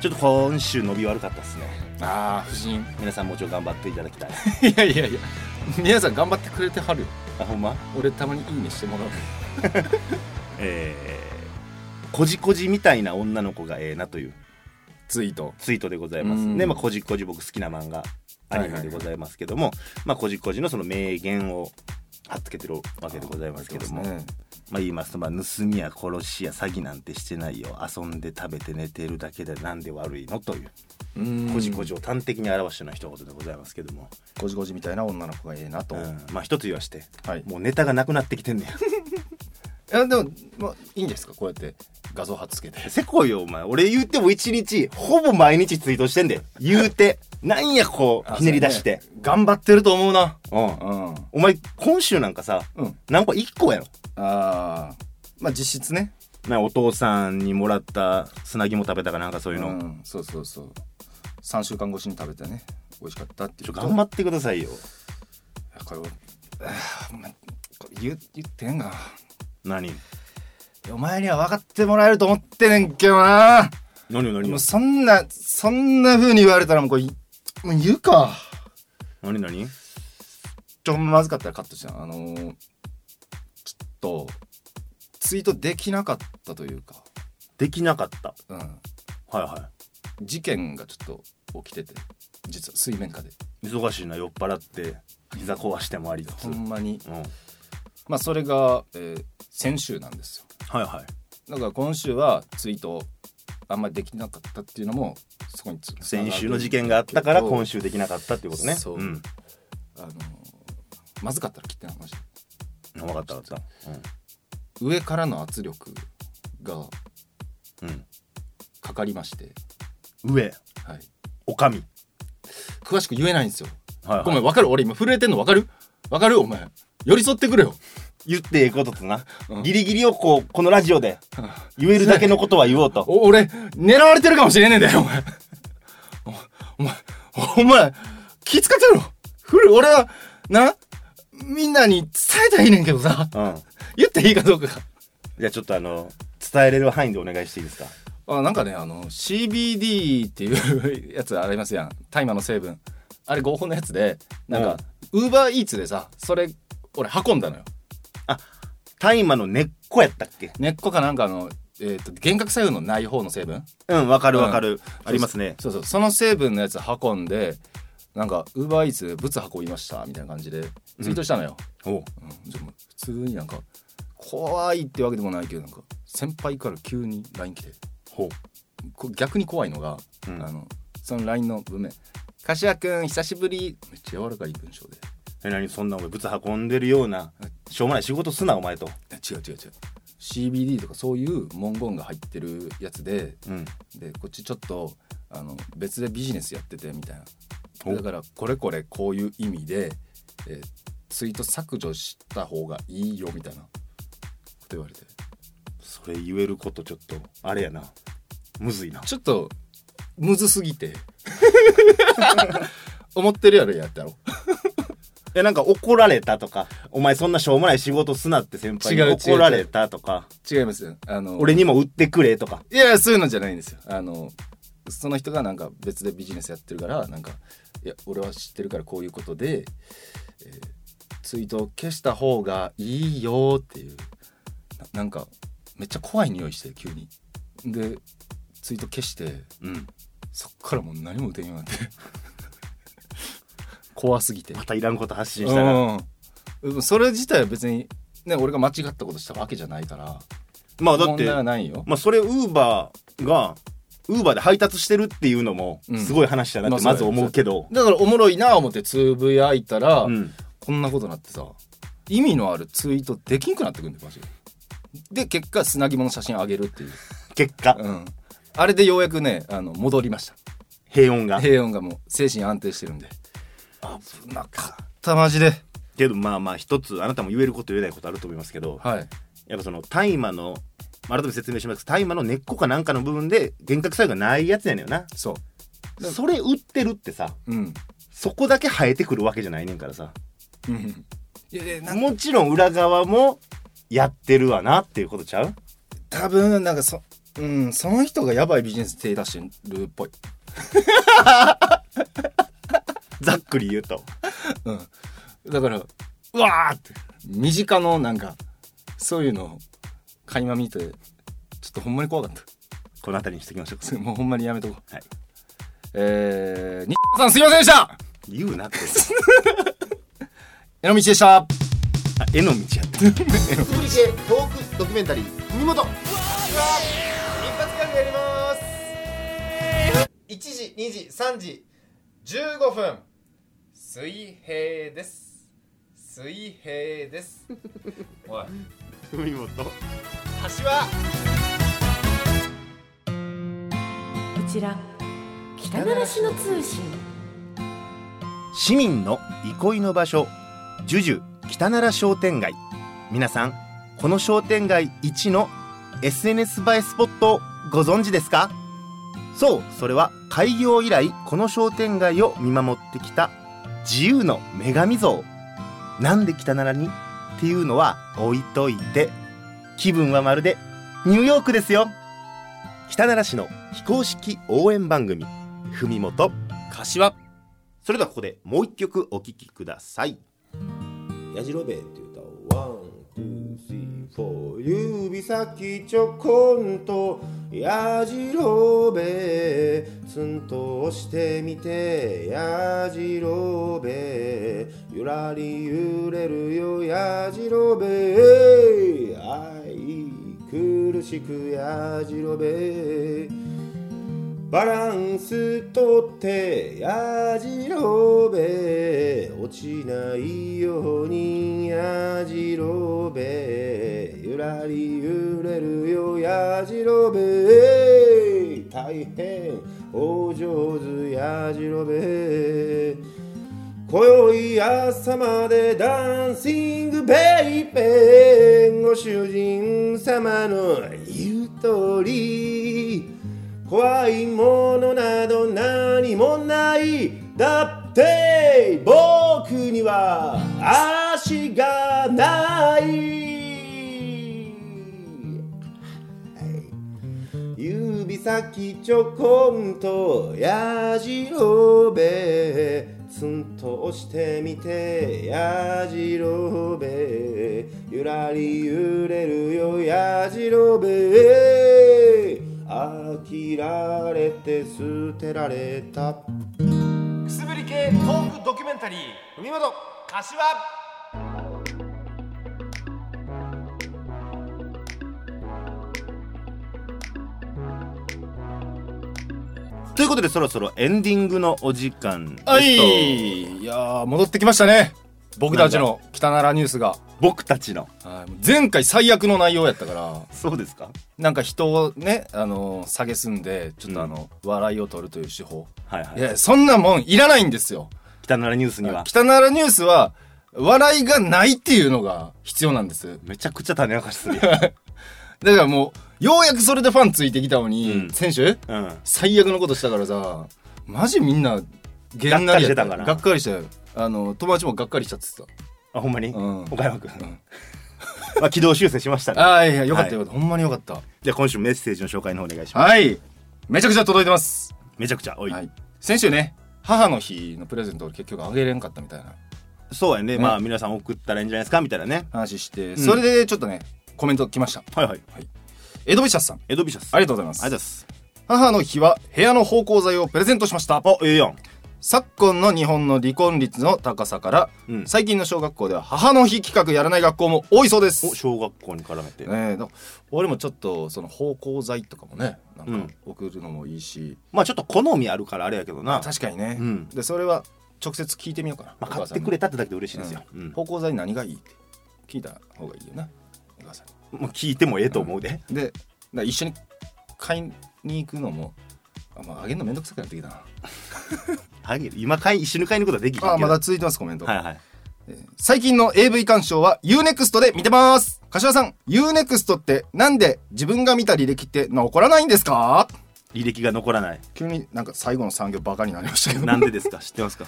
Speaker 1: ちょっと今週伸び悪かったですね
Speaker 2: ああ夫人
Speaker 1: 皆さんもうちょい頑張っていただき たい
Speaker 2: いやいやいや皆さん頑張ってくれてはるよ
Speaker 1: あほんま
Speaker 2: 俺たまにいいねしてもらう
Speaker 1: えー、こじこじみたいな女の子がええなという
Speaker 2: ツイート
Speaker 1: ツイートでございます
Speaker 2: うん
Speaker 1: ね、まあ、こじこじ僕好きな漫画アニメでございますけども、まあ、こじこじのその名言を貼っつけてるわけでございますけども、
Speaker 2: ね
Speaker 1: まあ、言いますと、まあ、盗みや殺しや詐欺なんてしてないよ遊んで食べて寝てるだけでなんで悪いのという
Speaker 2: うん
Speaker 1: こじこじを端的に表したような一言でございますけども、
Speaker 2: こじこじみたいな女の子がええなと、
Speaker 1: う
Speaker 2: い
Speaker 1: んまあ一つ言わして、
Speaker 2: はい
Speaker 1: もうネタがなくなってきてんね
Speaker 2: やでも、まあ、いいんですかこうやって画像貼っつけて
Speaker 1: ん せこいよお前俺言っても一日ほぼ毎日ツイートしてんで言うてなんやこうひねり出して、
Speaker 2: そうね頑張ってると思うな
Speaker 1: うん
Speaker 2: うん
Speaker 1: お前今週なんかさ、
Speaker 2: うん
Speaker 1: なんか1個やろ
Speaker 2: ああまあ実質ね
Speaker 1: なお父さんにもらった砂肝食べたかなんかそういうの、
Speaker 2: うん、そうそうそう3週間越しに食べてね美味しかったって
Speaker 1: ちょ頑張ってくださいよ
Speaker 2: てこれをあーまこれ言う言ってんが
Speaker 1: 何
Speaker 2: お前には分かってもらえると思ってねんけどな
Speaker 1: 何を何
Speaker 2: も
Speaker 1: を
Speaker 2: うそんなそんな風に言われたらもうこれもう言うか
Speaker 1: 何何
Speaker 2: ちょっとまずかったらカットしちゃうあのーちょっとツイートできなかったというか、
Speaker 1: できなかった
Speaker 2: うん、
Speaker 1: はいは
Speaker 2: 事件がちょっと起きてて実は水面下で
Speaker 1: い忙しいな酔っ払って膝壊してもありつつ、
Speaker 2: ほ
Speaker 1: うん、
Speaker 2: んまに
Speaker 1: はい
Speaker 2: まあそれが、えー先週なんですよ
Speaker 1: は
Speaker 2: だから今週はツイートあんまりできなかったっていうのもそこにつ
Speaker 1: い先週の事件があったから今
Speaker 2: 週
Speaker 1: 週できなかったっていうことね、
Speaker 2: そうんあのーまずかったら切ってなマジで
Speaker 1: 分かった分かった
Speaker 2: 上からの圧力が
Speaker 1: うん、
Speaker 2: かかりまして、
Speaker 1: うん、上
Speaker 2: はい、
Speaker 1: おかみ、
Speaker 2: 詳しく言えないんですよ
Speaker 1: はいはい
Speaker 2: ごめんわかる俺今震えてんのわかるわかるお前寄り添ってくれよ
Speaker 1: 言ってええこととな、
Speaker 2: うん
Speaker 1: ギリギリをこうこのラジオで言えるだけのことは言おうと
Speaker 2: お俺狙われてるかもしれねえんだよお前おお前お前気使ってろふる俺はなみんなに伝えたらいいねんけどさ
Speaker 1: うん
Speaker 2: 言っていいかどうかが
Speaker 1: じゃあちょっとあの伝えれる範囲でお願いしていいですか
Speaker 2: あなんかねあの CBD っていうやつありますやん大麻の成分あれ合法のやつでなんかウーバーイーツでさそれ俺運んだのよ
Speaker 1: 大麻の根っこやったっけ
Speaker 2: 根っこかなんかあのえー、と幻覚作用のない方の成分
Speaker 10: うんわかるわか
Speaker 2: う
Speaker 10: るありますね
Speaker 2: そうそうその成分のやつ運んでなんかウーバーイーツで物運びましたみたいな感じでツイートしたのよ、
Speaker 10: おう
Speaker 2: うん、でも普通になんか怖いってわけでもないけどなんか先輩から急に LINE 来て
Speaker 10: ほう
Speaker 2: こ逆に怖いのが、
Speaker 10: うん
Speaker 2: あのその LINE の文面「柏くん久しぶり」めっちゃ柔らかい文章で
Speaker 10: え何そんなお前物運んでるようなしょうもない仕事すなお前と
Speaker 2: 「違う違う違う CBD とかそういう文言が入ってるやつで
Speaker 10: うん
Speaker 2: でこっちちょっとあの別でビジネスやっててみたいなだからこれこれこういう意味で、えーツイート削除した方がいいよみたいなこと言われて
Speaker 10: それ言えることちょっとあれやなむずいな
Speaker 2: ちょっとむずすぎ て思ってるやろやったろ
Speaker 10: えなんか怒られたとかお前そんなしょうもない仕事すなって先輩に
Speaker 2: 違う違う
Speaker 10: 怒られたとか
Speaker 2: 違いますあの
Speaker 10: 俺にも売ってくれとか
Speaker 2: いやそういうのじゃないんですよあのその人がなんか別でビジネスやってるからなんかいや俺は知ってるからこういうことで、えーツイートを消した方がいいよっていうななんかめっちゃ怖い匂いして急にでツイート消して
Speaker 10: うん
Speaker 2: そっからもう何も打てんようになって 怖すぎて
Speaker 10: またいらんこと発信したら
Speaker 2: うんうんそれ自体は別にね俺が間違ったことしたわけじゃないから
Speaker 10: まあだっ
Speaker 2: 問
Speaker 10: て
Speaker 2: 題はないよ
Speaker 10: まあそれウーバーがウーバーで配達してるっていうのも
Speaker 2: うん
Speaker 10: すごい話だなって
Speaker 2: まあ
Speaker 10: まず思うけど、
Speaker 2: だからおもろいな思ってつぶやいたら、
Speaker 10: うん、
Speaker 2: こんなことなってさ意味のあるツイートできんくなってくんだよマジでで結果砂肝の写真あげるっていう、
Speaker 10: 結果
Speaker 2: うん、あれでようやくねあの戻りまし
Speaker 10: 平穏が
Speaker 2: た平穏がもう精神安定してるんで危なかったマジで
Speaker 10: けどまあまあ一つあなたも言えること言えないことあると思いますけど
Speaker 2: はい
Speaker 10: やっぱその大麻のまあ改めて説明します大麻の根っこかなんかの部分で幻覚作用がないやつやねんよな
Speaker 2: そ
Speaker 10: それ売ってるってさ
Speaker 2: ううん
Speaker 10: そこだけ生えてくるわけじゃないねんからさ
Speaker 2: うんいやいやなんか
Speaker 10: もちろん裏側もやってるわなっていうことちゃう
Speaker 2: 多分なんかそうんその人がやばいビジネス手出してるっぽい
Speaker 10: ざっくり言うと
Speaker 2: だからうわーって身近のなんかそういうのを垣間見てちょっとほんまに怖かった
Speaker 10: この辺りにしておきましょ
Speaker 2: それ
Speaker 10: う
Speaker 2: もうほんまにやめとこう。
Speaker 10: はい
Speaker 2: えー、にさんすいませんでした
Speaker 10: 言うなって
Speaker 2: 江の道でした
Speaker 10: あ絵の道やった
Speaker 11: 続いてトークドキュメンタリー「文元」一発ギャグやります1時2時3時15分
Speaker 12: 水平です水平ですおい
Speaker 10: 文元
Speaker 13: こちら北ならしの通信
Speaker 10: 市民の憩いの場所ジュジュ北奈良商店街皆さんこの商店街一の SNS 映えスポットをご存知ですかそうそれは開業以来この商店街を見守ってきた自由の女神像なんで北奈良にっていうのは置いといて気分はまるでニューヨークですよ北奈良市の非公式応援番組「文元
Speaker 2: 柏
Speaker 10: それではここでもう一曲お聴きください
Speaker 1: やじろべえっていう歌をワン、ツー、スリー、フォー指先ちょこんとやじろべえツンと押してみてやじろべえゆらり揺れるよやじろべえ愛苦しくやじろべえバランスとってやじろべ落ちないようにやじろべゆらり揺れるよやじろべ大変お上手やじろべ今宵朝までダンシングベイベーご主人様の言う通り怖いものなど何もないだって僕には足がない指先ちょこんとやじろべツンと押してみてやじろべゆらり揺れるよやじろべ
Speaker 14: て捨てられた
Speaker 15: くすぶり系トークドキュメンタリー
Speaker 14: 海本
Speaker 15: 柏
Speaker 1: ということでそろそろエンディングのお時間ですと、
Speaker 2: いやー戻ってきましたね僕たちの北ならニュースが
Speaker 1: 僕たちの
Speaker 2: はい前回最悪の内容やったから
Speaker 1: そうですか
Speaker 2: なんか人をねあの下げすんでちょっとあの、笑いを取るという手法
Speaker 1: はいはい
Speaker 2: いやそんなもんいらないんですよ
Speaker 1: 北ならニュースには
Speaker 2: 北ならニュースは笑いがないっていうのが必要なんです
Speaker 1: めちゃくちゃ種明かしするよ
Speaker 2: だからもうようやくそれでファンついてきたのに、
Speaker 1: うん
Speaker 2: 選手
Speaker 1: うん
Speaker 2: 最悪のことしたからさマジみんなげんなり
Speaker 1: がっかり
Speaker 2: や
Speaker 1: してたかな
Speaker 2: がっかりしたよあの友達もがっかりしたっつって
Speaker 1: あほんまに、
Speaker 2: た、うん、
Speaker 1: 岡山君、
Speaker 2: うん
Speaker 1: まあ軌道修正しましたね
Speaker 2: ああいやよかったよかった、ほんまによかった
Speaker 1: じゃあ今週メッセージの紹介の方お願いします
Speaker 2: はいめちゃくちゃ届いてます、
Speaker 1: めちゃくちゃ多い、
Speaker 2: はい、先週ね母の日のプレゼントを結局あげれんかったみたいな
Speaker 1: そうやね
Speaker 2: ね
Speaker 1: まあ皆さん送ったらいいんじゃないですかみたいなね
Speaker 2: 話して、
Speaker 1: ん
Speaker 2: それでちょっとねコメント来ました
Speaker 1: はいはい
Speaker 2: エドビシャスさん
Speaker 1: エドビシャス
Speaker 2: ありがとうございま
Speaker 1: あり
Speaker 2: す
Speaker 1: がとうございます
Speaker 2: 母の日は部屋の芳香剤をプレゼントしました
Speaker 1: あええやん
Speaker 2: 昨今の日本の離婚率の高さから、
Speaker 1: うん
Speaker 2: 最近の小学校では母の日企画やらない学校も多いそうです
Speaker 1: お小学校に絡めて、
Speaker 2: ねえだ俺もちょっとその芳香剤とかもねな
Speaker 1: うん
Speaker 2: か
Speaker 1: ん
Speaker 2: 送るのもいいし、
Speaker 1: まあちょっと好みあるからあれやけどな、
Speaker 2: 確かにね、
Speaker 1: うん
Speaker 2: でそれは直接聞いてみようかな、
Speaker 1: まあ、
Speaker 2: お
Speaker 1: 買
Speaker 2: 母
Speaker 1: っ
Speaker 2: さん
Speaker 1: て
Speaker 2: に
Speaker 1: くれたってだけで嬉しいですよ、うん
Speaker 2: 芳香剤何がいいって聞いた方がいいよなお母さんに
Speaker 1: もう聞いてもええと思うで、
Speaker 2: でだから一緒に買いに行くのもあ,、まあ、あげるのめんどくさくなってきたな
Speaker 1: あげる今買い一緒に買いに行くことはできるけど
Speaker 2: あまだ続いてますコメント、
Speaker 1: はいはい
Speaker 2: 最近の AV 鑑賞は UNEXT で見てます柏さん UNEXT ってなんで自分が見た履歴って残らないんですか
Speaker 1: 履歴が残ら ない
Speaker 2: 急になんか最後の産業バカになりましたけど
Speaker 1: なんでですか知ってますか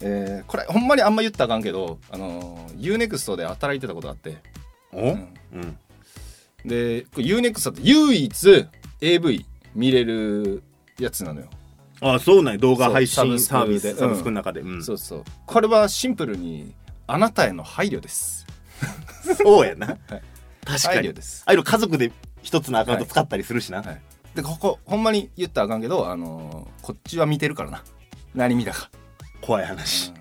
Speaker 2: えーこれほんまにあんま言ったらあかんけど、あのー、UNEXT で働いてたことがあって
Speaker 1: お
Speaker 2: ん
Speaker 1: うん
Speaker 2: でこれ UNEXT って唯一 AV 見れるやつなのよ、
Speaker 1: あそうなんや動画
Speaker 2: そう
Speaker 1: 配信サ
Speaker 2: サ
Speaker 1: ー
Speaker 2: ブ
Speaker 1: ビ
Speaker 2: スクで
Speaker 1: スサブスクの中で、うん
Speaker 2: そうそうこれはシンプルにあなたへの配慮です
Speaker 1: そうやな、確か
Speaker 2: 配
Speaker 1: に
Speaker 2: 慮です
Speaker 1: ああいうの家族で一つのアカウント使ったりするしな、
Speaker 2: はいでここほんまに言ったらあかんけど、あのーこっちは見てるからな何見たか
Speaker 1: 怖い話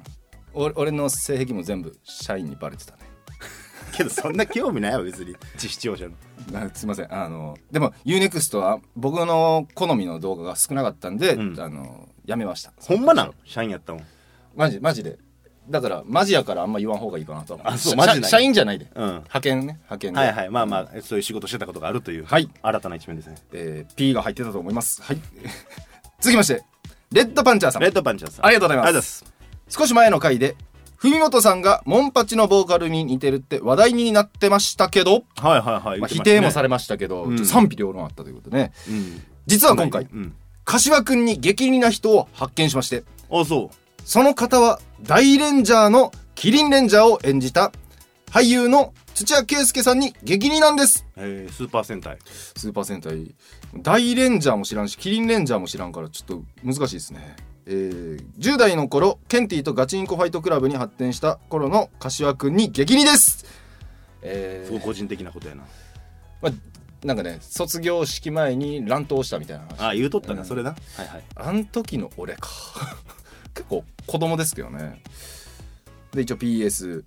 Speaker 2: 俺俺の性癖も全部社員にバレてたね
Speaker 1: けどそんな興味ないわ別に視聴者の
Speaker 2: なすいませんあのでも UNEXT は僕の好みの動画が少なかったんで、
Speaker 1: うん
Speaker 2: あのやめました
Speaker 1: ほんまなん社員やったもん
Speaker 2: マジマジでだからマジやからあんま言わん方がいいかなとは思
Speaker 1: あそう
Speaker 2: 社
Speaker 1: マジなんや
Speaker 2: 社員じゃないで
Speaker 1: うん
Speaker 2: 派遣ね派遣で
Speaker 1: は
Speaker 2: はい
Speaker 1: はいまあまあそういう仕事してたことがあるという、
Speaker 2: はい、
Speaker 1: 新たな一面ですね
Speaker 2: えー、P が入ってたと思いますはい 続きましてレッドパンチャーさん
Speaker 1: レッドパンチャーさん
Speaker 2: ありがとうございます
Speaker 1: ありがとうございます
Speaker 2: 少し前の回で文本さんがモンパチのボーカルに似てるって話題になってましたけど、
Speaker 1: はいはいはい、
Speaker 2: まあ、否定もさ
Speaker 1: れ、
Speaker 2: れましたけど、
Speaker 1: うん
Speaker 2: ちょっと賛否両論あったということでね
Speaker 1: うん、
Speaker 2: 実は今回
Speaker 1: うん、
Speaker 2: 柏くんに激似な人を発見しまして
Speaker 1: あそう
Speaker 2: その方は大レンジャーのキリンレンジャーを演じた俳優の土屋圭介さんに激似なんです
Speaker 1: えー、スーパー戦隊
Speaker 2: スーパー戦隊大レンジャーも知らんしキリンレンジャーも知らんからちょっと難しいですね、えー10代の頃ケンティーとガチンコファイトクラブに発展した頃の柏くんに激似ですえ
Speaker 1: すごい
Speaker 2: ー
Speaker 1: 個人的なことやな
Speaker 2: まあ、なんかね卒業式前に乱闘したみたいな話
Speaker 1: あ言うとったな、
Speaker 2: うん
Speaker 1: それなはいはい
Speaker 2: あん時の俺か 結構子供ですけどねで一応 PS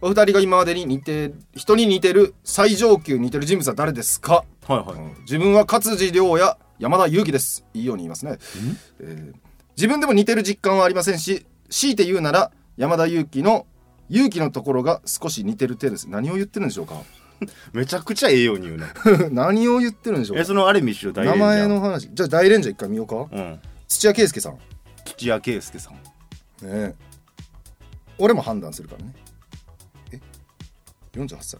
Speaker 2: お二人が今までに似て人に似てる最上級似てる人物は誰ですか、
Speaker 1: はいはい、
Speaker 2: うん自分は勝地涼や山田裕貴ですいいように言いますね、えー自分でも似てる実感はありませんし強いて言うなら山田裕貴の勇気のところが少し似てる程度です何を言ってるんでしょうか
Speaker 1: めちゃくちゃええように 言うね
Speaker 2: 何を言ってるんでしょう
Speaker 1: え
Speaker 2: か
Speaker 1: そのあれ見しろ大
Speaker 2: 名
Speaker 1: 連じゃ
Speaker 2: 前
Speaker 1: ん
Speaker 2: の話じゃあ大レンジャー一回見ようか
Speaker 1: うん
Speaker 2: 土屋圭介さん
Speaker 1: 土屋圭介さん
Speaker 2: ねえ俺も判断するからねえ48歳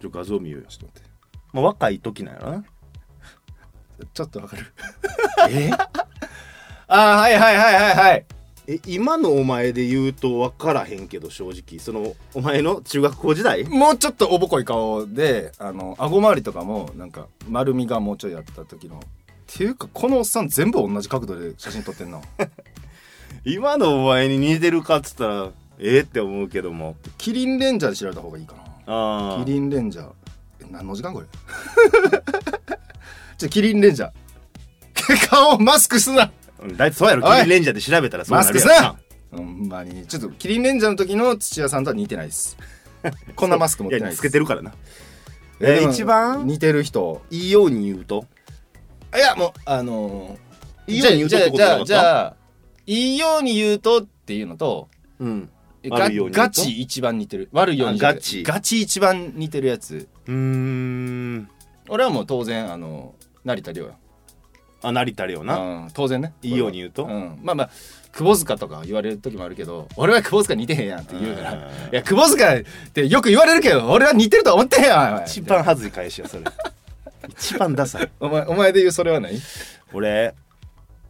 Speaker 1: ちょ画像見ようよ
Speaker 2: ちょっと待って
Speaker 1: まあ若い時なんやろな
Speaker 2: ちょっとわかる
Speaker 1: え
Speaker 2: ああはいはいはいはいはい
Speaker 1: え今のお前で言うと分からへんけど正直そのお前の中学校時代
Speaker 2: もうちょっとおぼこい顔であの顎周りとかもなんか丸みがもうちょいあった時のっていうかこのおっさん全部同じ角度で写真撮って んな
Speaker 1: 今のお前に似てるかっつったらええって思うけども
Speaker 2: キリンレンジャーで調べた方がいいかな
Speaker 1: ああ
Speaker 2: キリンレ ンジャーえ何の時間これ じゃあキリンレンジャー顔をマスクすな
Speaker 1: うんだいそうやろキ
Speaker 2: おい
Speaker 1: リンレンジャーで調べたらそう
Speaker 2: マ
Speaker 1: な
Speaker 2: ス
Speaker 1: る
Speaker 2: ク
Speaker 1: や
Speaker 2: す
Speaker 1: ん
Speaker 2: なほんまにちょっとキリンレンジャーの時の土屋さんとは似てないですこんなマスク持ってない
Speaker 1: いや
Speaker 2: です
Speaker 1: つけてるからな
Speaker 2: え
Speaker 1: え
Speaker 2: でも
Speaker 1: 一番
Speaker 2: 似てる人
Speaker 1: いいように言うと
Speaker 2: いやもうあのー、
Speaker 1: いいように言うとってこと
Speaker 2: じ
Speaker 1: じゃな
Speaker 2: ゃ
Speaker 1: か
Speaker 2: あ
Speaker 1: った
Speaker 2: じゃあじゃあいいように言うとっていうのと
Speaker 1: うん
Speaker 2: え
Speaker 1: 悪
Speaker 2: ガ
Speaker 1: いように言うと
Speaker 2: ガチ一番似てる悪いように言うと
Speaker 1: あガチ
Speaker 2: ガチ一番似てるやつ
Speaker 1: うーん
Speaker 2: 俺はもう当然あの成田凌や
Speaker 1: あなりたるよな
Speaker 2: うん、当然ね
Speaker 1: いいように言うと
Speaker 2: ん、まあまあ久保塚とか言われる時もあるけど俺は久保塚似てへんやんって言うから
Speaker 1: うん
Speaker 2: いや久保塚ってよく言われるけど俺は似てるとは思ってへんやんお前
Speaker 1: 一番恥ずい返しやそれ 一番ダサい
Speaker 2: お前お前で言うそれはない
Speaker 1: 俺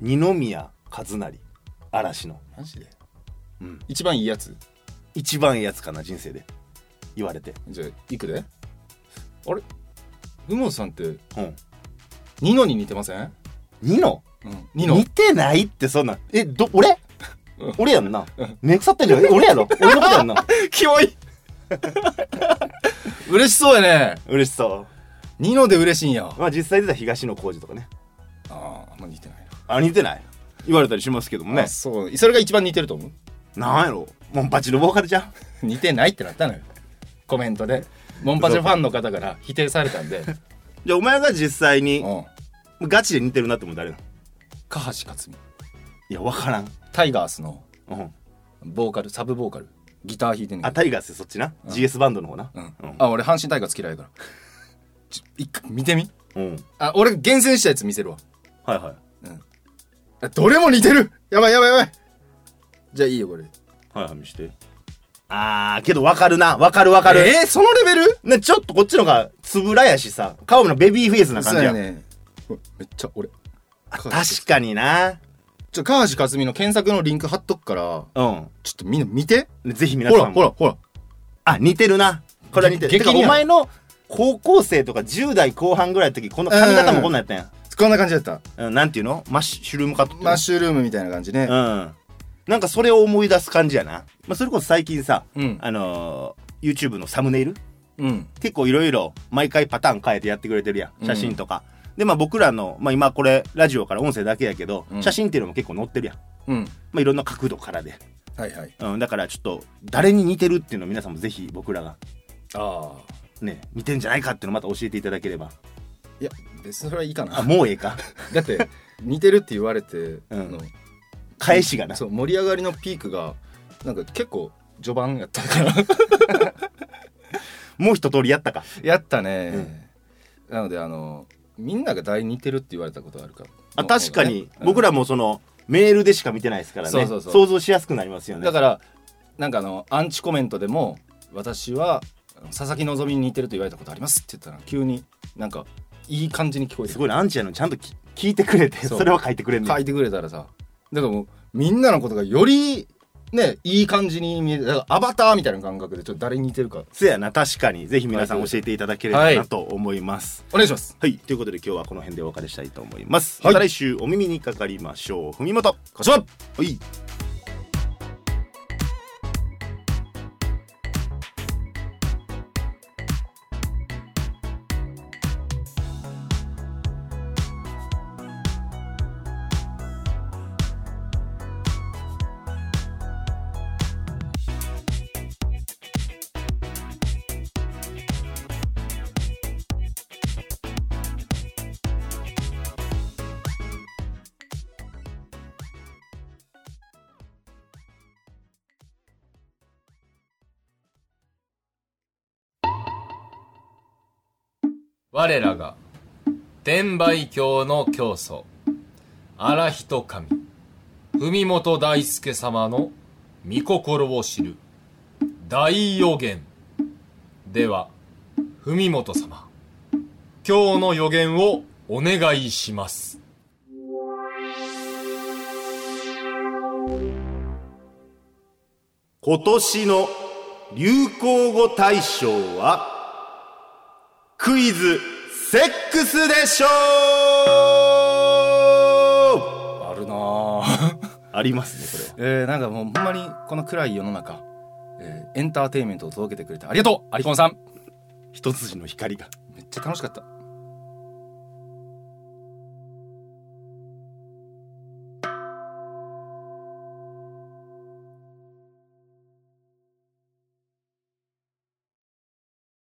Speaker 1: 二宮和也嵐の
Speaker 2: マジで、
Speaker 1: うん
Speaker 2: 一番いいやつ
Speaker 1: 一番いいやつかな人生で言われて
Speaker 2: じゃあいくであれ宇本さんって
Speaker 1: うん
Speaker 2: ニノに似てません、
Speaker 1: ニノ
Speaker 2: うん、ニノ
Speaker 1: 似てないってそんなんえど俺
Speaker 2: うん
Speaker 1: 俺やんな目腐ってる よ俺やろ俺のことやんな
Speaker 2: キモい 嬉しそうやね
Speaker 1: 嬉しそ
Speaker 2: ニノで嬉しいんや
Speaker 1: うまあ実際出た東野浩二とかね
Speaker 2: ああんま似てないな
Speaker 1: あ似てない言われたりしますけどもね
Speaker 2: あそうそれが一番似てると思う
Speaker 1: なんやろもうバチのボーカルじゃん
Speaker 2: 似てないってなったのよコメントでモンパチファンの方から否定された んで
Speaker 1: じゃあお前が実際に
Speaker 2: うん
Speaker 1: ガチで似てるなって思う誰なの
Speaker 2: 加橋克実
Speaker 1: いや分からん、
Speaker 2: タイガースの
Speaker 1: うん、
Speaker 2: ボーカルサブボーカルギター弾いてんね
Speaker 1: あ
Speaker 2: んけ
Speaker 1: タイガースそっちな、GS バンドの方な
Speaker 2: ど、うん
Speaker 1: うん
Speaker 2: あ俺阪神タイガース嫌いやからちょ一回見てみ
Speaker 1: うん
Speaker 2: あ俺厳選したやつ見せるわ
Speaker 1: はいはい
Speaker 2: あどれも似てるやばいやばいやばいじゃあいいよこれ
Speaker 1: はいはい見してあーけど分かるな分かる分かる
Speaker 2: えー、そのレベル
Speaker 1: ね、ちょっとこっちのがつぶらやしさ顔のベビーフェイスな感じや,、
Speaker 2: ねうわめっちゃ俺
Speaker 1: あ確かにな
Speaker 2: ちょ加橋克実の検索のリンク貼っとくから
Speaker 1: うん
Speaker 2: ちょっとみんな見て
Speaker 1: ねぜひ皆
Speaker 2: ほ
Speaker 1: さん
Speaker 2: ら
Speaker 1: も
Speaker 2: ほらほら
Speaker 1: あ似てるなこれは似てるて
Speaker 2: 激
Speaker 1: か
Speaker 2: 激
Speaker 1: お
Speaker 2: 似やん
Speaker 1: 前の高校生とか10代後半ぐらいの時この髪型もこんなんやったやん
Speaker 2: こんな感じだった
Speaker 1: うん、なんていうのマッシュルームカットっていうの
Speaker 2: マッシュルームみたいな感じね、
Speaker 1: うんなんかそれを思い出す感じやな、まあ、それこそ最近さ、
Speaker 2: うん
Speaker 1: あのー YouTube のサムネイル
Speaker 2: うん、
Speaker 1: 結構いろいろ毎回パターン変えてやってくれてるやん写真とか、でまあ僕らの、まあ、今これラジオから音声だけやけど、
Speaker 2: うん
Speaker 1: 写真っていうのも結構載ってるやん、
Speaker 2: うん、
Speaker 1: まあ、いろんな角度からで、
Speaker 2: はいはい。
Speaker 1: うん、だからちょっと誰に似てるっていうのを皆さんもぜひ僕らが
Speaker 2: ああ。
Speaker 1: ね似てんじゃないかっていうのをまた教えていただければ
Speaker 2: いや、別にそれはいいか
Speaker 1: あ
Speaker 2: な。
Speaker 1: もうええか
Speaker 2: だって、似てるって言われて、あの
Speaker 1: 返しがな
Speaker 2: そう、盛り上がりのピークが、なんか結構序盤やったから。
Speaker 1: もう一通りやったか
Speaker 2: やったね、なので、あの、みんなが大似てるって言われたことあるから。
Speaker 1: あ確かに僕
Speaker 2: ら、
Speaker 1: らもそのメールでしか見てないですからね
Speaker 2: そうそうそう
Speaker 1: 想像しやすくなりますよね
Speaker 2: だから、なんかあの、アンチコメントでも、私は。佐々木希に似てると言われたことありますって言ったら急になんかいい感じに聞こえて
Speaker 1: すごいなアンチやのにちゃんとき聞いてくれて
Speaker 2: そ
Speaker 1: そうれは書いてくれんね
Speaker 2: 書いてくれたらさだからもうみんなのことがよりねいい感じに見えてだからアバターみたいな感覚でちょっと誰に似てるか
Speaker 1: せやな確かにぜひ皆さん教えていただければ
Speaker 2: はい
Speaker 1: なと思います
Speaker 2: お願いします
Speaker 1: はい、ということで今日はこの辺でお別れしたいと思います、
Speaker 2: はい
Speaker 1: また来週お耳にかかりましょう文元
Speaker 2: こちら
Speaker 1: はい
Speaker 16: 我らが天売教の教祖荒人神文本大輔様の御心を知る大予言では文本様今日の予言をお願いします
Speaker 1: 今年の流行語大賞はクイズセックスでしょう
Speaker 2: あるなあ
Speaker 1: ありますねこれは
Speaker 2: えー、なんかもうほんまにこの暗い世の中、えーエンターテインメントを届けてくれてありがとうアリコンさん
Speaker 1: 一筋の光が
Speaker 2: めっちゃ楽しかった